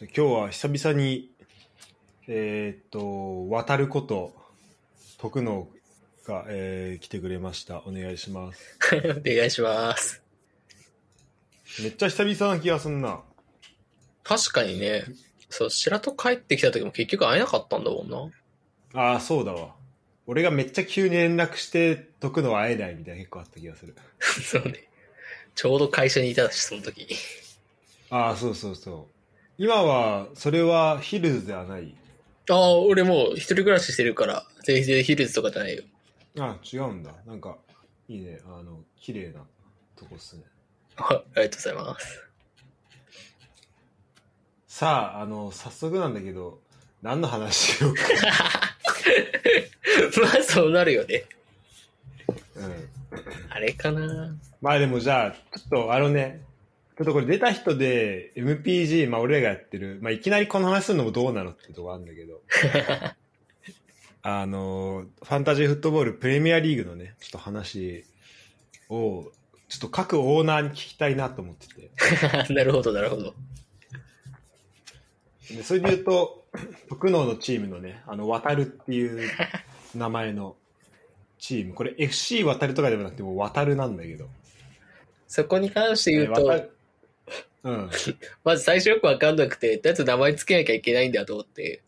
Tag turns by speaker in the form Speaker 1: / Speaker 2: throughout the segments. Speaker 1: 今日は久々に、えーっと、渡ること、徳野が、えー来てくれました。お願いします。
Speaker 2: はい、 お願いします。
Speaker 1: めっちゃ久々な気がすんな。
Speaker 2: 確かにね、そう、白戸帰ってきた時も結局会えなかったんだもんな。
Speaker 1: ああ、そうだわ。俺がめっちゃ急に連絡して、徳野は会えないみたいな結構あった気がする。
Speaker 2: そうね。ちょうど会社にいたし、その時。
Speaker 1: ああ、そうそうそう。今は、それはヒルズではない。
Speaker 2: ああ、俺もう一人暮らししてるから、全然ヒルズとかじゃないよ。
Speaker 1: ああ、違うんだ。なんか、いいね。あの、綺麗なとこっすね。
Speaker 2: あありがとうございます。
Speaker 1: さあ、あの、早速なんだけど、何の話しようか。
Speaker 2: まあ、そうなるよね。
Speaker 1: うん。
Speaker 2: あれかな。
Speaker 1: まあでもじゃあ、ちょっとあのね、ちょっとこれ出た人で MPG、まあ俺らがやってる、まあいきなりこの話するのもどうなのってとこあるんだけ ど、あの、ファンタジーフットボールプレミアリーグのね、ちょっと話を、ちょっと各オーナーに聞きたいなと思ってて。
Speaker 2: なるほど、なるほど。
Speaker 1: でそれで言うと、徳能のチームのね、あの、渡るっていう名前のチーム、これ FC 渡るとかではなくてもう渡るなんだけど。
Speaker 2: そこに関して言う
Speaker 1: 渡
Speaker 2: と、
Speaker 1: るうん。
Speaker 2: まず最初よくわかんなくて、とりあえず名前つけなきゃいけないんだと思って、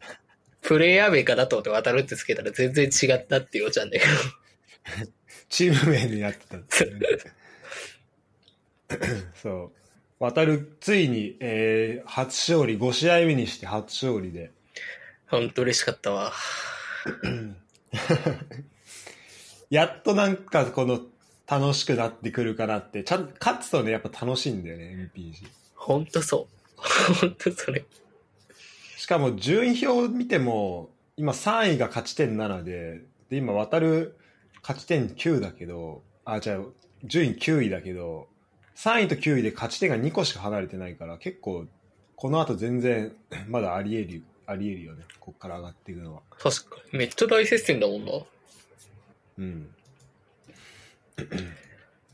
Speaker 2: プレイヤー名かなと思って渡るってつけたら全然違ったっていうおちゃんだけど。
Speaker 1: チーム名になってたんですよね そう。渡る、ついに、えー初勝利、5試合目にして初勝利で。
Speaker 2: ほんと嬉しかったわ。
Speaker 1: やっとなんか、この、楽しくなってくるかなって、ちゃん、勝つとね、やっぱ楽しいんだよね、MPG。
Speaker 2: ほんとそう。 ほんとそれ。
Speaker 1: しかも、順位表を見ても、今3位が勝ち点7で、で、今、渡る、勝ち点9だけど、あ、じゃあ、順位9位だけど、3位と9位で勝ち点が2個しか離れてないから、結構、この後全然、 まだあり得る、あり得るよね。こっから上がっていくのは。
Speaker 2: 確かに。めっちゃ大接戦だもんな。
Speaker 1: うん。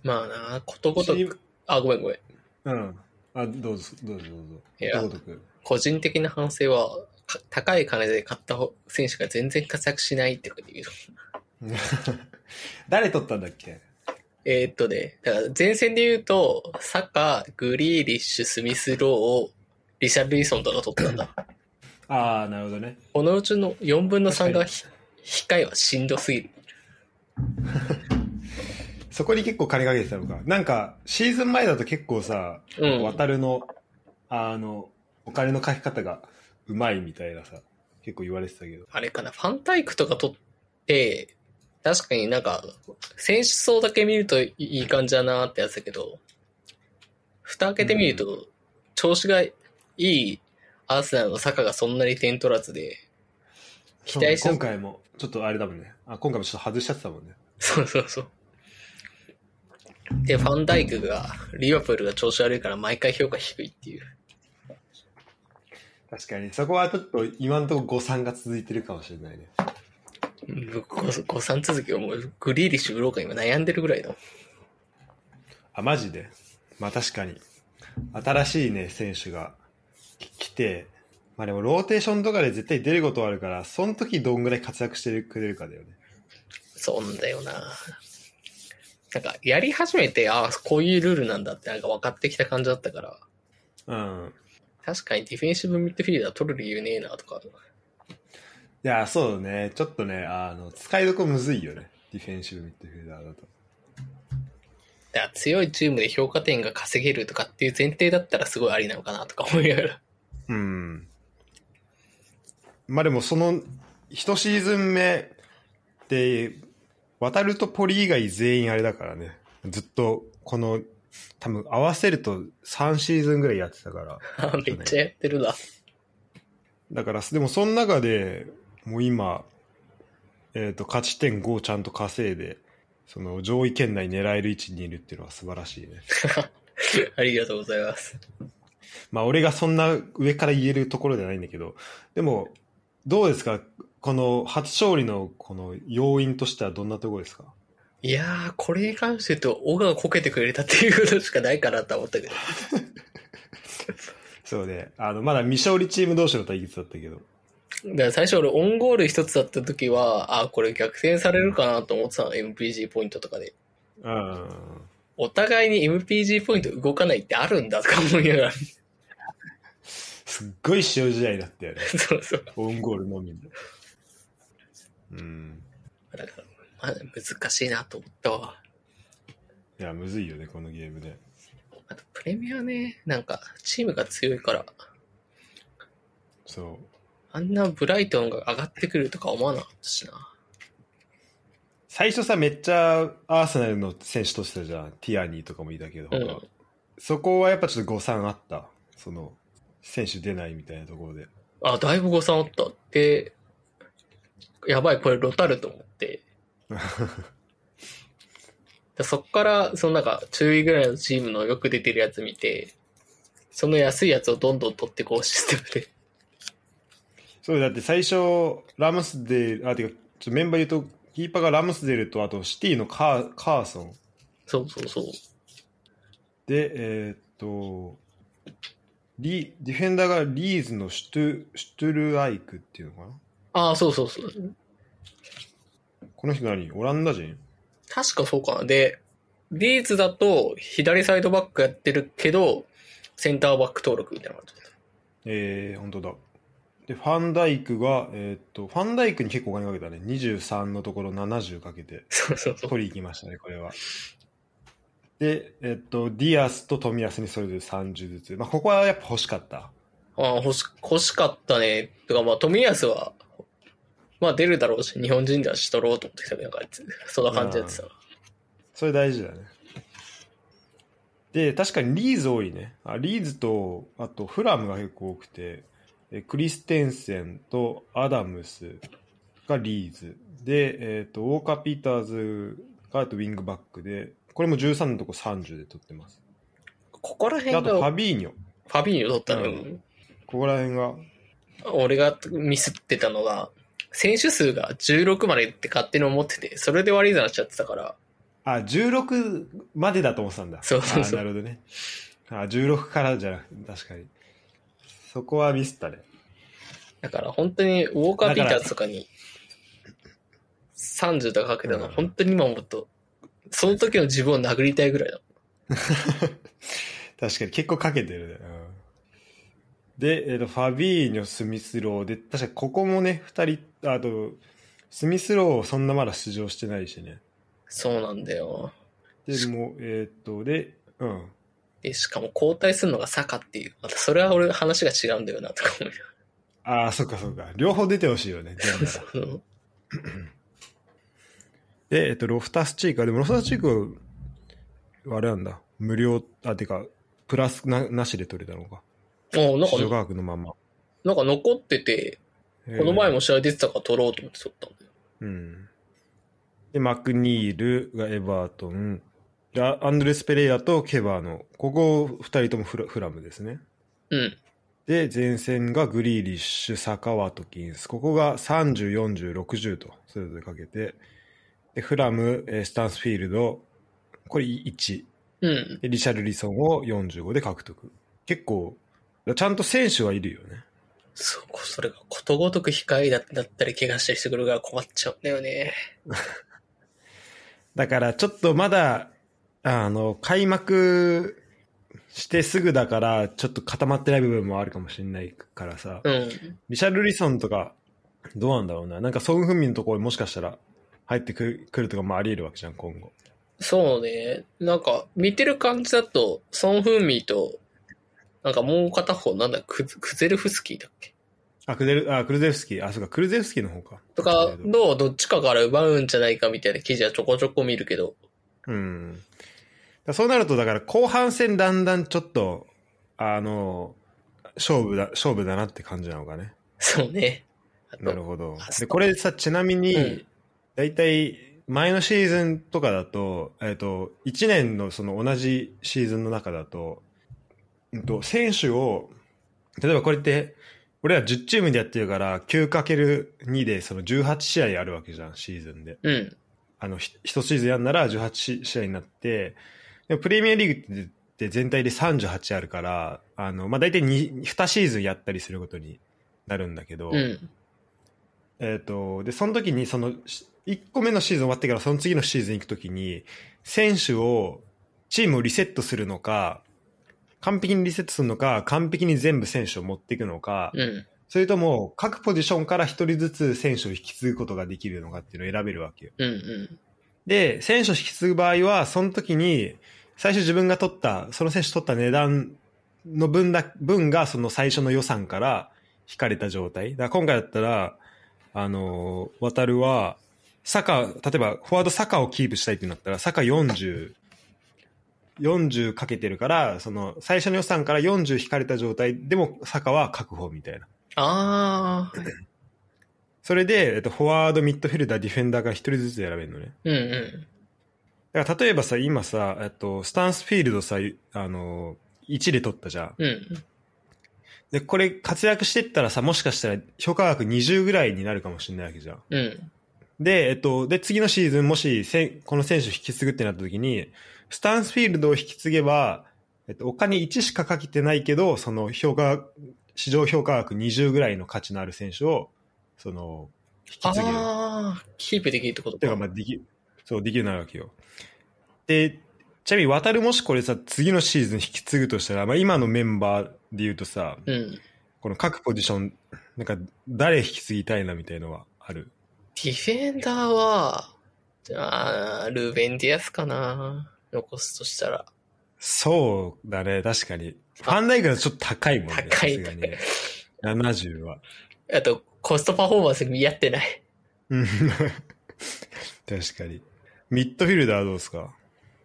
Speaker 2: まあな、ことごと
Speaker 1: チー
Speaker 2: く
Speaker 1: ム。
Speaker 2: あ、ごめんごめん。
Speaker 1: うん。あ、どうぞ、どうぞ、どうぞ。
Speaker 2: いや
Speaker 1: どうぞ く。
Speaker 2: 個人的な反省は、か高い金で買った選手が全然活躍しないってこと言う。
Speaker 1: 誰取ったんだっけ
Speaker 2: えーっとね、だから前線で言うと、サカ、グリーリッシュ、スミスローを、リシャルリソンとか取 ったんだ。
Speaker 1: ああ、なるほどね。
Speaker 2: このうちの4分の3がひ、控えはしんどすぎる。
Speaker 1: そこに結構金かけてたのか。なんか、シーズン前だと結構さ、
Speaker 2: うん
Speaker 1: 渡るの、あの、お金のかけ方がうまいみたいなさ、結構言われてたけど。
Speaker 2: あれかな、ファンタイクとか取って、確かになんか、選手層だけ見るといい感じだなってやつだけど、蓋開けてみると、調子がいいアーセナルの坂がそんなに点取らずで、期待し
Speaker 1: そう
Speaker 2: た
Speaker 1: ね今回も、ちょっとあれだもんね。あ、今回もちょっと外しちゃってたもんね。
Speaker 2: そうそうそう。で、ファンダイクが、リバプールが調子悪いから毎回評価低いっていう。
Speaker 1: 確かに、そこはちょっと今のところ誤算が続いてるかもしれないね。
Speaker 2: うんご誤算続きをもう、グリーリッシュブローカー今悩んでるぐらいだもん。
Speaker 1: あ、マジでまあ確かに。新しいね、選手がき来て、まあでもローテーションとかで絶対出ることはあるから、その時どんぐらい活躍してくれるかだよね。
Speaker 2: そうなんだよな。なんか、やり始めて、ああ、こういうルールなんだって、なんか分かってきた感じだったから、
Speaker 1: うん。
Speaker 2: 確かにディフェンシブミッドフィールダー取る理由ねえなとか、
Speaker 1: いや、そうね。ちょっとね、あの、使いどこむずいよね。ディフェンシブミッドフィルダーだと。
Speaker 2: だから強いチームで評価点が稼げるとかっていう前提だったらすごいありなのかなとか思いながら。
Speaker 1: うん。まあでも、その、一シーズン目で、渡るとポリ以外全員あれだからね。ずっと、この、多分合わせると3シーズンぐらいやってたから。
Speaker 2: あーめっちゃやってるな。
Speaker 1: だから、でもその中でもう今、えっ、と、勝ち点5をちゃんと稼いで、その上位圏内狙える位置にいるっていうのは素晴らしいね。
Speaker 2: ありがとうございます。
Speaker 1: まあ、俺がそんな上から言えるところじゃないんだけど、でも、どうですかこの初勝利のこの要因としてはどんなところですか
Speaker 2: いやー、これに関して言うと、オガがこけてくれたっていうことしかないかなとは思ったけど。
Speaker 1: そうね。あの、まだ未勝利チーム同士の対決だったけど。
Speaker 2: だから最初俺オンゴール一つだった時は、あ、これ逆転されるかなと思ってたの、MPG ポイントとかで。
Speaker 1: うん。
Speaker 2: お互いに MPG ポイント動かないってあるんだとか思いながら。
Speaker 1: すっごい塩試合だったよね。
Speaker 2: そうそう。
Speaker 1: オンゴールのみで。うん。
Speaker 2: だから、まあ、難しいなと思ったわ。
Speaker 1: いや、むずいよね、このゲームね。
Speaker 2: あと、プレミアね、なんか、チームが強いから、
Speaker 1: そう。
Speaker 2: あんなブライトンが上がってくるとか思わなかったしな。
Speaker 1: 最初さ、めっちゃアーセナルの選手としてたじゃん。ティアニーとかもいたけど、
Speaker 2: うん
Speaker 1: そこはやっぱちょっと誤算あった。その、選手出ないみたいなところで。
Speaker 2: あ、だいぶ誤算あった。で、やばい、これロタルと思って。でそっから、そのなんか、中位ぐらいのチームのよく出てるやつ見て、その安いやつをどんどん取ってこうシステムで。
Speaker 1: そうだって最初、ラムスデール、あ、てか、ちょっとメンバー言うと、キーパーがラムスデールと、あとシティのカーカーソン。
Speaker 2: そうそうそう。
Speaker 1: で、えーっと、リディフェンダーがリーズのシュトゥシュトゥルアイクっていうのかな
Speaker 2: ああ、そうそうそう。
Speaker 1: この人何オランダ人
Speaker 2: 確かそうかな。で、リーズだと左サイドバックやってるけど、センターバック登録みたいな感じだった。
Speaker 1: えー、本当だ。で、ファンダイクが、えーっと、ファンダイクに結構お金かけたね。23のところ70かけて、
Speaker 2: そうそうそう。
Speaker 1: 取り行きましたね、これは。で、えーっと、ディアスと冨安にそれぞれ30ずつ。まあ、ここはやっぱ欲しかった。
Speaker 2: ああ、欲し、欲しかったね。とか、まあ、富安は、まあ出るだろうし、日本人だし取ろうと思ってきたけど、なんか、そんな感じやってた。
Speaker 1: それ大事だね。で、確かにリーズ多いね。あリーズと、あとフラムが結構多くて、でクリステンセンとアダムスがリーズ。で、えっ、と、ウォーカー・ピーターズがあとウィングバックで、これも13のとこ30で取ってます。
Speaker 2: ここら
Speaker 1: で
Speaker 2: 辺
Speaker 1: あ
Speaker 2: が、
Speaker 1: とフ
Speaker 2: フ
Speaker 1: ァビーニョ。
Speaker 2: ァビーニョ取ったのよ。
Speaker 1: うここら辺が、
Speaker 2: 俺がミスってたのが、選手数が16までって勝手に思ってて、それで悪いなっちゃってたから、
Speaker 1: あ、16までだと思ってたんだ。
Speaker 2: そうそうそう
Speaker 1: あなるほどね。あ、16からじゃなくて、確かに。そこはミスったね。
Speaker 2: だから本当にウォーカー・
Speaker 1: だ
Speaker 2: ピ
Speaker 1: か
Speaker 2: ー
Speaker 1: ら
Speaker 2: ターズとかに30とかかけたの、
Speaker 1: うん
Speaker 2: 本当に今思うと、その時の自分を殴りたいぐらいだ。
Speaker 1: 確かに結構かけてるね。うん、で、えっとファビーニョ、スミスローで、確かにここもね、2人、あと、スミスローそんなまだ出場してないしね。
Speaker 2: そうなんだよ。
Speaker 1: で、もうえっ、と、で、うん。
Speaker 2: で、しかも交代するのが坂っていう。またそれは俺話が違うんだよなとか思い
Speaker 1: ああ、そっかそっか。両方出てほしいよ ね。全部
Speaker 2: ながらその
Speaker 1: で、えっ、と、ロフタスチークは、でもロフタスチークは、あれなんだ。無料、あ、てか、プラスななしで取れたのか。
Speaker 2: もうなん
Speaker 1: 市場価
Speaker 2: か、
Speaker 1: 格のまんま。
Speaker 2: なんか残ってて、この前も試合出てたから取ろうと思って取ったんだよ。
Speaker 1: うん。で、マクニールがエバートン。で、アアンドレス・ペレイラとケバーの。ここ2人ともフラフラムですね。
Speaker 2: うん。
Speaker 1: で、前線がグリーリッシュ、サカワトキンス。ここが30、40、60と、それぞれかけて。で、フラム、えースタンスフィールド、これ1。
Speaker 2: うん。
Speaker 1: で、リシャルリソンを45で獲得。結構、ちゃんと選手はいるよね。
Speaker 2: そこ、それがことごとく控えだだったり怪我したりしてくるから困っちゃうんだよね。
Speaker 1: だからちょっとまだ、あの、開幕してすぐだから、ちょっと固まってない部分もあるかもしれないからさ、
Speaker 2: うん。
Speaker 1: ミシャル・リソンとか、どうなんだろうな。なんかソン・フンミンのところにもしかしたら入ってくるくるとかもあり得るわけじゃん、今後。
Speaker 2: そうね。なんか、見てる感じだと、ソン・フンミーと、なんかもう片方、なんだ、クズクゼルフスキーだっけ
Speaker 1: あ、クゼル、あ、クルゼフスキー。あ、そうか、クルゼフスキーの方か。
Speaker 2: とか、どうどっちかから奪うんじゃないかみたいな記事はちょこちょこ見るけど、
Speaker 1: うん。だからそうなると、だから後半戦だんだんちょっと、あの、勝負だ、勝負だなって感じなのかね。
Speaker 2: そうね。あと
Speaker 1: なるほど
Speaker 2: あ。そ
Speaker 1: で、
Speaker 2: う
Speaker 1: これさ、ちなみに、
Speaker 2: うん
Speaker 1: 大体、前のシーズンとかだと、えっ、と、1年のその同じシーズンの中だと、うんと、選手を、例えばこれって、俺ら10チームでやってるから、9×2 でその18試合あるわけじゃん、シーズンで。
Speaker 2: うん。
Speaker 1: あの、ひ一シーズンやんなら18試合になって、でもプレミアリーグってで全体で38あるから、あの、まあ、大体 2, 2シーズンやったりすることになるんだけど、
Speaker 2: うん。
Speaker 1: えっ、と、で、その時に、その、し1個目のシーズン終わってから、その次のシーズン行く時に、選手を、チームをリセットするのか、完璧にリセットするのか、完璧に全部選手を持っていくのか、
Speaker 2: うん。
Speaker 1: それとも、各ポジションから1人ずつ選手を引き継ぐことができるのかっていうのを選べるわけよ。
Speaker 2: うん。うん。
Speaker 1: で、選手を引き継ぐ場合は、その時に、最初自分が取った、その選手取った値段の分だ、分がその最初の予算から引かれた状態。だから今回だったら、あのー、渡るは、サカ、例えばフォワードサカをキープしたいってなったら、サカ40、40かけてるから、その最初の予算から40引かれた状態でもサカは確保みたいな。
Speaker 2: ああ。
Speaker 1: それで、えっと、フォワード、ミッドフィルダー、ディフェンダーが一人ずつ選べるのね。
Speaker 2: うんう
Speaker 1: だから例えばさ、今さ、えっと、スタンスフィールドさ、あの、1で取ったじゃん。
Speaker 2: ん。うん。
Speaker 1: で、これ活躍してったらさ、もしかしたら評価額20ぐらいになるかもしれないわけじゃん。
Speaker 2: うん。
Speaker 1: で、えっと、で、次のシーズンもし、せんこの選手引き継ぐってなった時に、スタンスフィールドを引き継げば、えっと、お金1しかかけてないけど、その評価、市場評価額20ぐらいの価値のある選手を、その、引き継げる。
Speaker 2: ああ。キープできるってこと
Speaker 1: て
Speaker 2: か。
Speaker 1: か、まあ、でき、そう、できるようになるわけよ。で、ちなみに、渡るもしこれさ、次のシーズン引き継ぐとしたら、まあ、今のメンバーで言うとさ、
Speaker 2: うん。デ
Speaker 1: この各ポジション、なんか、誰引き継ぎたいなみたいのはある。
Speaker 2: ィフェンダーは、じゃあ、ルーベンディアスかな。残すとしたら。
Speaker 1: そうだね、確かに。ファンダイクはちょっと高いもんね。
Speaker 2: 高い
Speaker 1: さすがにね。70は。
Speaker 2: あと、コストパフォーマンス見合ってない。
Speaker 1: うん 確かに。ミッドフィルダーどうですか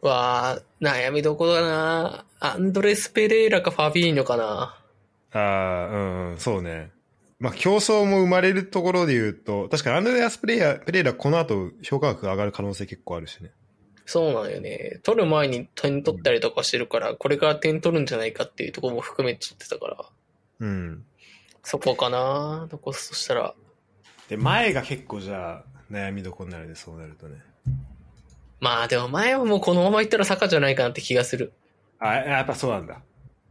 Speaker 2: わあ、悩みどころだな。アンドレス・ペレイラかファビーニョかな。
Speaker 1: ああ、うんうん、そうね。まあ、競争も生まれるところで言うと、確かにアンドレアスプレイヤー、プレイラーこの後評価額が上がる可能性結構あるしね。
Speaker 2: そうなんよね。取る前に点取ったりとかしてるから、これから点取るんじゃないかっていうところも含めちゃってたから、
Speaker 1: うん。
Speaker 2: そこかな残すとしたら。
Speaker 1: で、前が結構じゃあ、悩みどころになるね、そうなるとね。
Speaker 2: まあでも前はもうこのままいったら坂じゃないかなって気がする。
Speaker 1: あ、やっぱそうなんだ。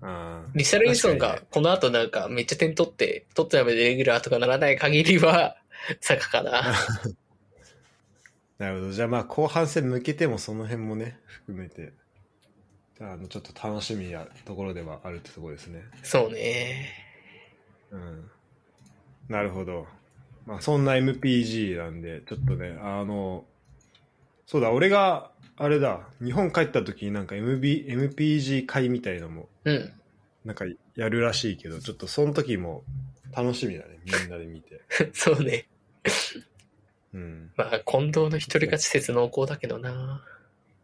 Speaker 1: うん。
Speaker 2: リシャルリソン
Speaker 1: 確
Speaker 2: が
Speaker 1: か
Speaker 2: この後なんかめっちゃ点取って、取ったらでレギュラーとかならない限りは、坂かな。
Speaker 1: なるほど。じゃあまあ、後半戦向けてもその辺もね、含めて、あの、ちょっと楽しみやところではあるってところですね。
Speaker 2: そうね。
Speaker 1: うん。なるほど。まあ、そんな MPG なんで、ちょっとね、あの、そうだ、俺が、あれだ、日本帰った時になんか MB MPG 会みたいのも、
Speaker 2: うん。
Speaker 1: なんかやるらしいけど、ちょっとその時も楽しみだね、みんなで見て。
Speaker 2: そうね。
Speaker 1: うん。
Speaker 2: まあ近藤の一人勝ち説濃厚だけどな。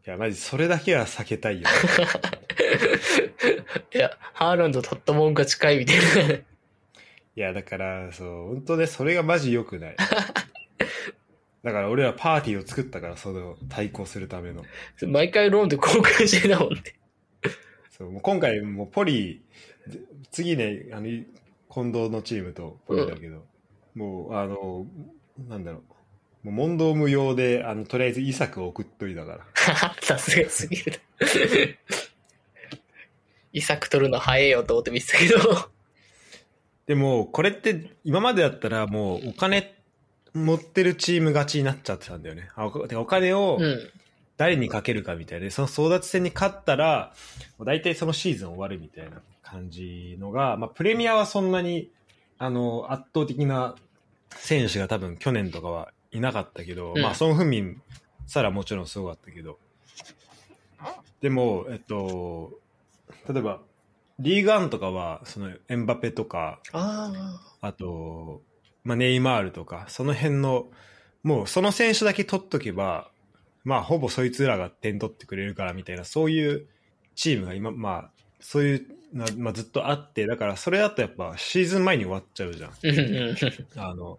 Speaker 1: いや、マジ、それだけは避けたいよ。
Speaker 2: いや、ハーランド取ったもん勝ちかいみたいな。
Speaker 1: いや、だから、そう、本当ね、それがマジ良くない。だから俺らパーティーを作ったから、それを対抗するための。
Speaker 2: 毎回ローンで交換してたもんね。
Speaker 1: そうもう今回もうポリで次ねあのい近藤のチームとポリだけど、もうあのなんだろうもう問答無用であのとりあえずイサクを送っといたから
Speaker 2: さすがすぎるな。イサク取るの早えよと思って見てたけど。
Speaker 1: でもこれって今までだったらもうお金持ってるチーム勝ちになっちゃってたんだよねあおてかお金を
Speaker 2: うん。
Speaker 1: 誰にかけるかみたいな、その争奪戦に勝ったらもう大体そのシーズン終わるみたいな感じのが、まあ、プレミアはそんなにあの圧倒的な選手が多分去年とかはいなかったけど、
Speaker 2: うん
Speaker 1: まあ、ソン・フンミンさらもちろんすごかったけどでも、えっと、例えばリーガンとかはそのエンバペとか
Speaker 2: ああ。
Speaker 1: あと、まあ、ネイマールとか、その辺の、もうその選手だけ取っとけば、まあ、ほぼそいつらが点取ってくれるからみたいな、そういうチームが今、まあ、そういうのは、まあ、ずっとあって、だからそれだとやっぱシーズン前に終わっちゃうじゃん。
Speaker 2: うんうん
Speaker 1: あの、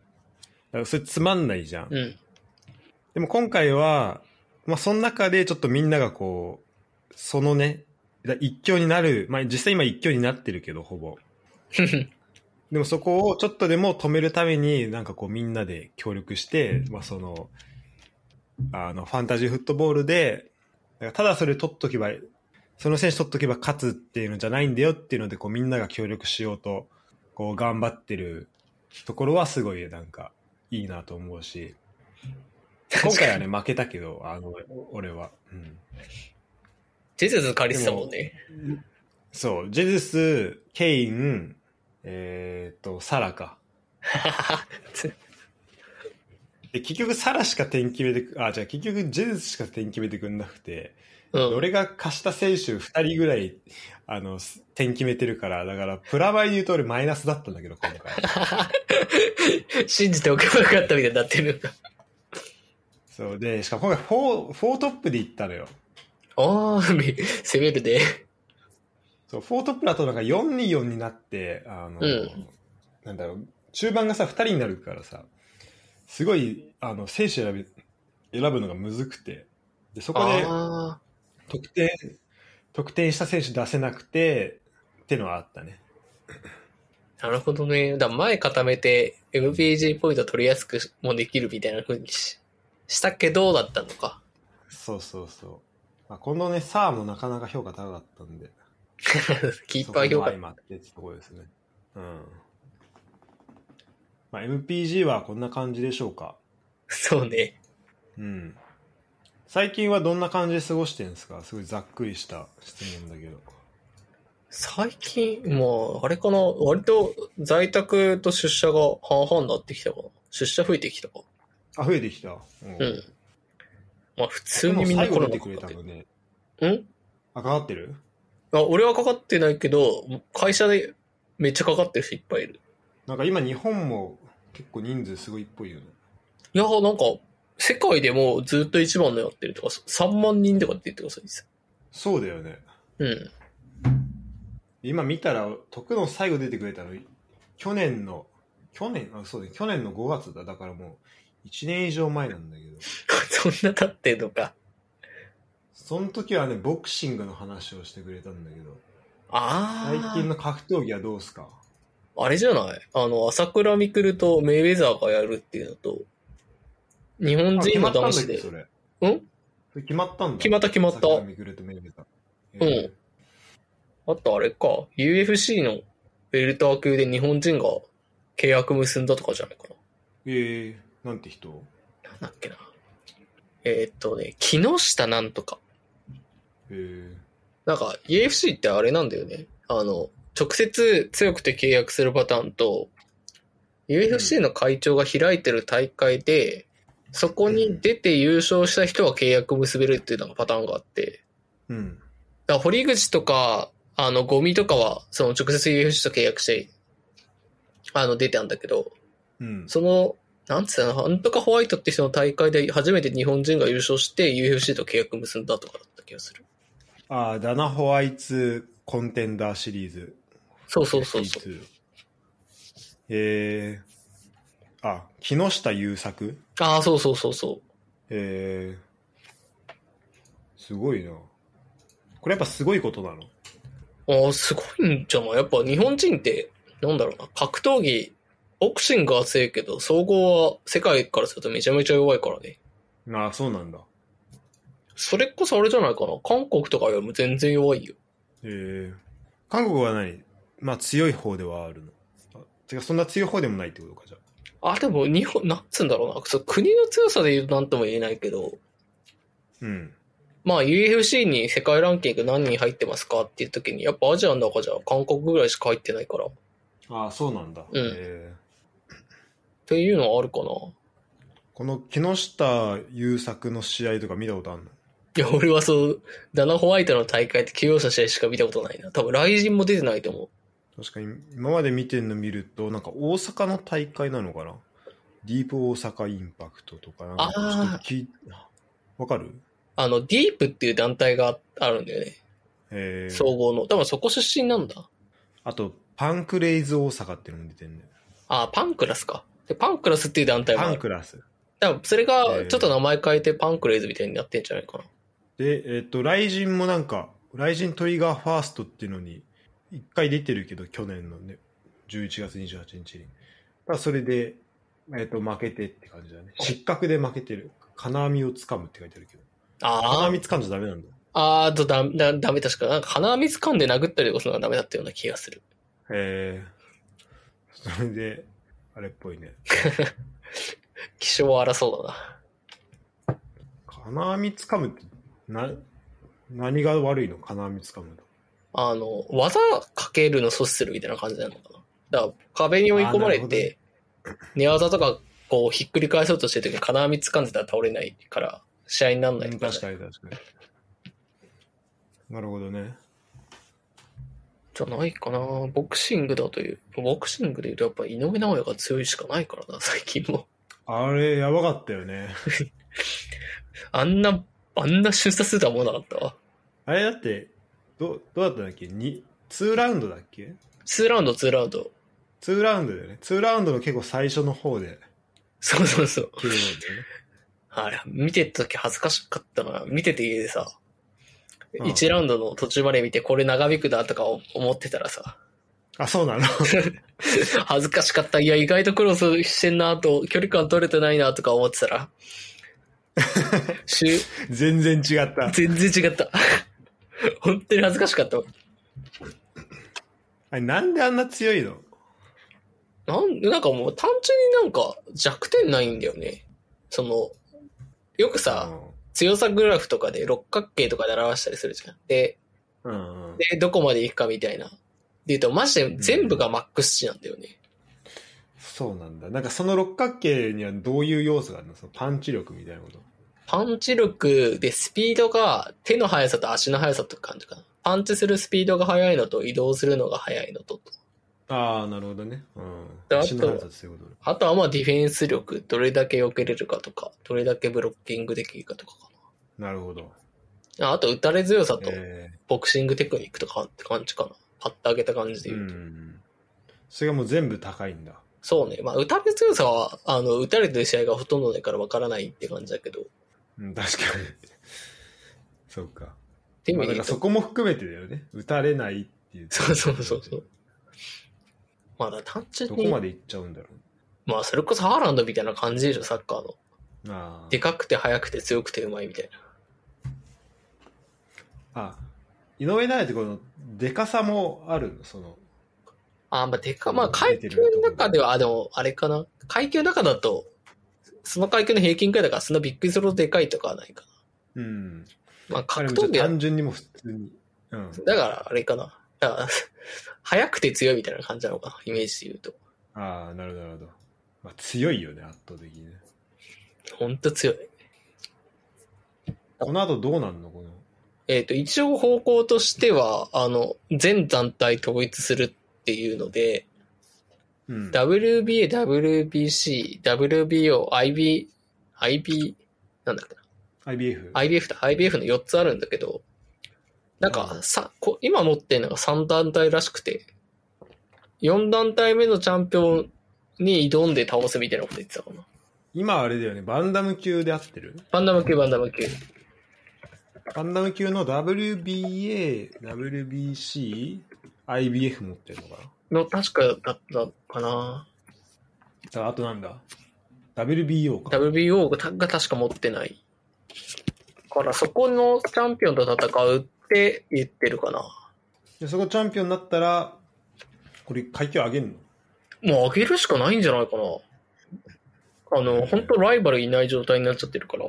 Speaker 1: だからそれつまんないじゃん
Speaker 2: うん。。うん。
Speaker 1: でも今回は、まあ、その中でちょっとみんながこう、そのね、だ一強になる、まあ、実際今一強になってるけど、ほぼ。でもそこをちょっとでも止めるために、なんかこうみんなで協力して、まあその、あの、ファンタジーフットボールで、だからただそれ取っとけばその選手取っとけば勝つっていうのじゃないんだよっていうので、こうみんなが協力しようと、こう頑張ってるところはすごいなんかいいなと思うし、今回はね、負けたけど、あの、俺は。うん、
Speaker 2: ジェズズ借りてたもんね。
Speaker 1: そう、ジェズス、ケイン、えーっと、サラか。で、結局サラしか点決めてく、あ、じゃあ結局ジェズスしか点決めてくんなくて、
Speaker 2: うん。
Speaker 1: 俺が貸した選手2人ぐらい、あの、す点決めてるから、だから、プラマイで言うと俺マイナスだったんだけど、 今回。
Speaker 2: 信じておけばよかったみたいになってる。
Speaker 1: そう、で、しかも今回フォー、フォートップで行ったのよ。
Speaker 2: ああ、め 攻めるね。
Speaker 1: そう、フォートップだとなんか4-2-4になって、あの、
Speaker 2: うん
Speaker 1: なんだろう、中盤がさ、2人になるからさ、すごい、あの、選手選び、選ぶのがむずくて、で、そこで、
Speaker 2: ああ、
Speaker 1: 得点、得点した選手出せなくて、ってのはあったね。
Speaker 2: なるほどね。だから前固めて MPG ポイント取りやすくもできるみたいな風にししたけど、だったのか。
Speaker 1: そうそうそう。まあ、今度ね、サーもなかなか評価高かったんで、
Speaker 2: キーパー
Speaker 1: そこ。
Speaker 2: 評価
Speaker 1: も相まってってところですね。うん。まあ、MPG はこんな感じでしょうか。
Speaker 2: そうね。
Speaker 1: うん。最近はどんな感じで過ごしてるんですかすごいざっくりした質問だけど。
Speaker 2: 最近、まあ、あれかな。割と在宅と出社が半々になってきたかな。出社増えてきたか。
Speaker 1: あ、増えてきた。うん
Speaker 2: うん。まあ、普通
Speaker 1: でも
Speaker 2: にみんな
Speaker 1: 最
Speaker 2: コ
Speaker 1: 後
Speaker 2: ロ
Speaker 1: 出て
Speaker 2: ナか
Speaker 1: くれ
Speaker 2: か
Speaker 1: た
Speaker 2: ってる
Speaker 1: のね。
Speaker 2: うん
Speaker 1: あ、かかってる
Speaker 2: あ俺はかかってないけど、会社でめっちゃかかってる人いっぱいいる。
Speaker 1: なんか今日本も結構人数すごいっぽいよね。
Speaker 2: いや、なんか、世界でもずっと一番のやってるとか、3万人とかって言ってますよ実際
Speaker 1: そうだよね。
Speaker 2: うん。
Speaker 1: 今見たら、徳の最後出てくれたの、去年の、去年、あ、そうだね、去年の5月だ。だからもう、1年以上前なんだけど、
Speaker 2: そんな経ってんのか。
Speaker 1: その時はね、ボクシングの話をしてくれたんだけど、最
Speaker 2: ああ。
Speaker 1: 近の格闘技はどうすか
Speaker 2: あれじゃないあの、朝倉未来とメイウェザーがやるっていうのと、日本
Speaker 1: あ決
Speaker 2: 人
Speaker 1: ま
Speaker 2: の
Speaker 1: ったん
Speaker 2: 騙
Speaker 1: だっ
Speaker 2: し
Speaker 1: け
Speaker 2: で。
Speaker 1: それ。
Speaker 2: うん
Speaker 1: それ決まったんだ。
Speaker 2: 決まった決まった
Speaker 1: さきのミクルとメルベタえ
Speaker 2: あとあれか、UFC のベルター級で日本人が契約結んだとかじゃないか
Speaker 1: ーえーなんて人
Speaker 2: な。なんだっけな。えーっとね、木下なんとか。
Speaker 1: えー
Speaker 2: なんか UFC ってあれなんだよね。あの、直接強くて契約するパターンと、UFC の会長が開いてる大会で、そこに出て優勝した人は契約結べるっていうのがパターンがあって、
Speaker 1: うん。
Speaker 2: だから堀口とか、あの、ゴミとかは、その直接 UFC と契約して、あの、出てたんだけど、
Speaker 1: うん。
Speaker 2: その、なんつうの、なんとかホワイトって人の大会で初めて日本人が優勝して UFC と契約結んだとかだった気がする。
Speaker 1: あーダナ・ホワイツコンテンダーシリーズ。
Speaker 2: そうそうそうそう。
Speaker 1: FT2 えー、あ、木下優作
Speaker 2: ああ、そうそうそうそう。
Speaker 1: えー、すごいな。これやっぱすごいことなの
Speaker 2: ああ、すごいんじゃないやっぱ日本人って、なんだろうな、格闘技、ボクシングは強いけど、総合は世界からするとめちゃめちゃ弱いからね。
Speaker 1: ああ、そうなんだ。
Speaker 2: それこそあれじゃないかな。韓国とかよりも全然弱いよ。
Speaker 1: えー、韓国は何まあ強い方ではあるの。あてかそんな強い方でもないってことか、じゃあ。
Speaker 2: あ、でも日本、なんつうんだろうな。そう国の強さで言うとなんとも言えないけど、
Speaker 1: うん。
Speaker 2: まあ UFC に世界ランキング何人入ってますかっていう時に、やっぱアジアの中じゃ韓国ぐらいしか入ってないから。っ
Speaker 1: ああ、そうなんだ。え
Speaker 2: ていうのはあるかな。
Speaker 1: ーこの木下優作の試合とか見たことあるの
Speaker 2: いや、俺はそう、ダナ・ホワイトの大会って休養者試合しか見たことないな。多分、雷神も出てないと思う。
Speaker 1: 確かに今まで見てるの見るとなんか大阪の大会なのかなディープ大阪インパクトとかなんかちょっと聞いわかる
Speaker 2: あの、ディープっていう団体があるんだよね。
Speaker 1: えー
Speaker 2: 総合の。多分そこ出身なんだ。
Speaker 1: あとパンクレイズ大阪っていうのも出てるんだよ
Speaker 2: あ、パンクラスか。でパンクラスっていう団体もあ
Speaker 1: パ
Speaker 2: る
Speaker 1: ンクラス
Speaker 2: 多分それが、ちょっと名前変えてパンクレイズみたいになってんじゃないかな。
Speaker 1: でえっ、と雷神もなんか雷神トリガーファーストっていうのに一回出てるけど去年のね11月28日にただそれで、えっと負けてって感じだね失格で負けてる金網を掴むって書いてあるけど
Speaker 2: あ
Speaker 1: 金
Speaker 2: あ、
Speaker 1: 網掴んじゃダメなんだよ
Speaker 2: あーとだ、だ、ダメ確か。なんか鼻水噛んで殴ったりとかするのはダメだったような気がする。
Speaker 1: えー、それで、あれっぽいね。
Speaker 2: 気性を荒そうだな。
Speaker 1: 金網つかむって、な、何が悪いの金網つかむと。
Speaker 2: あの、技かけるの阻止するみたいな感じなのかな。だから壁に追い込ま
Speaker 1: あー
Speaker 2: れ
Speaker 1: なる
Speaker 2: て、寝技とかこうひっくり返そうとしてる時に金網掴んでたら倒れないから、試合にならな
Speaker 1: う
Speaker 2: い
Speaker 1: ん
Speaker 2: と
Speaker 1: 確かに確かに。なるほどね。
Speaker 2: じゃないかな。ボクシングだという。ボクシングで言うとやっぱ井上尚弥が強いしかないからな、 最近も。
Speaker 1: あれ、やばかったよね。
Speaker 2: あんな、あんな出世するとは思わなかったわ。
Speaker 1: あれだって、どう、どうだったんだっけに ?2 ラウンドだっけ
Speaker 2: 2ラウンド、2ラウンド。
Speaker 1: ?2 ラウンドだよね。2ラウンドの結構最初の方で、
Speaker 2: そうそうそう。
Speaker 1: KO だよね。
Speaker 2: あれ、見てた時恥ずかしかったな。見てて家でさ、
Speaker 1: うん
Speaker 2: 1ラウンドの途中まで見てこれ長引くなとか思ってたらさ、
Speaker 1: あ、そうなの
Speaker 2: 恥ずかしかった。いや、意外とクロスしてんなと、距離感取れてないなとか思って たら、しゅ
Speaker 1: 全然違った。
Speaker 2: 全然違った。本当に恥ずかしかった。
Speaker 1: あれ、なんであんな強いの
Speaker 2: なん、なんかもう単純になんか弱点ないんだよね。その、よくさ、強さグラフとかで六角形とかで表したりするじゃん。で、
Speaker 1: うん。うんうん。
Speaker 2: で、どこまで行くかみたいな。で言うと、マジで全部がマックス値なんだよね。
Speaker 1: そうなんだ。なんかその六角形にはどういう要素があるのそのパンチ力みたいなこと。
Speaker 2: パンチ力でスピードが手の速さと足の速さって感じかな。パンチするスピードが速いのと移動するのが速いのと。
Speaker 1: ああ、なるほどね。うん。
Speaker 2: であと
Speaker 1: 足の速さそういうことね
Speaker 2: あとはまあディフェンス力、どれだけ避けれるかとか、どれだけブロッキングできるかとかか
Speaker 1: なるほど。
Speaker 2: な。ああと打たれ強さと
Speaker 1: え
Speaker 2: ボクシングテクニックとかって感じかな。パッと上げた感じ
Speaker 1: え
Speaker 2: で
Speaker 1: う
Speaker 2: 言うと。
Speaker 1: ん。それがもう全部高いんだ。
Speaker 2: そうね。まあ打たれ強さは、あの、打たれてる試合がほとんどないからわからないって感じだけど。っ
Speaker 1: うん、確かに。そうか。
Speaker 2: て意
Speaker 1: まあ、
Speaker 2: 味
Speaker 1: だから
Speaker 2: で言うと
Speaker 1: そこも含めてだよね。打たれないっていう。
Speaker 2: そうそうそうそう。まあだ単純
Speaker 1: どこ
Speaker 2: に、
Speaker 1: ま
Speaker 2: ま
Speaker 1: でいっちゃうんだろ
Speaker 2: あそれこそハーランドみたいな感じでしょ、サッカーの。
Speaker 1: う。あ
Speaker 2: でかくて速くて強くてうまいみたいな。
Speaker 1: あ。あ、井上尚弥ってこの、でかさもあるのその、
Speaker 2: あ、まあでか、まあ階級の中では、あ、でもあれかな。階級の中だと、その階級の平均くらいだから、そんなびっくりするほどでかいとかはないか
Speaker 1: うん。
Speaker 2: な。まあ
Speaker 1: 彼
Speaker 2: 格
Speaker 1: もじゃあ
Speaker 2: 闘技は
Speaker 1: 単純にもう普通に。うん。
Speaker 2: だからあれかな。だから、 速くて強いみたいな感じなのかな、イメージで言うと。
Speaker 1: ああ、なるほど、なるほど。まあ、強いよね、圧倒的にね。
Speaker 2: ほんと強い。
Speaker 1: この後どうなんのこの。
Speaker 2: えっ、と、一応方向としては、あの、全団体統一するっていうので、
Speaker 1: うん。
Speaker 2: WBA、WBC、WBO、IB、IB、なんだっけ
Speaker 1: IBF。
Speaker 2: な、IBF だ、IBF の4つあるんだけど、なんか
Speaker 1: うん
Speaker 2: さ、こ今持ってるのが3団体らしくて、4団体目のチャンピオンに挑んで倒すみたいなこと言ってたかな。
Speaker 1: 今あれだよね、バンダム級で合ってる
Speaker 2: バンダム級、バンダム級。
Speaker 1: バンダム級の WBA、WBC、IBF 持ってるのかな
Speaker 2: の、確かだったかな。
Speaker 1: だあとなんだ ?WBO か。
Speaker 2: WBO がたが確か持ってない。だからそこのチャンピオンと戦うって言ってるかな。
Speaker 1: でそこチャンピオンになったら、これ階級上げんの
Speaker 2: もう上げるしかないんじゃないかな。あの、本当ライバルいない状態になっちゃってるから。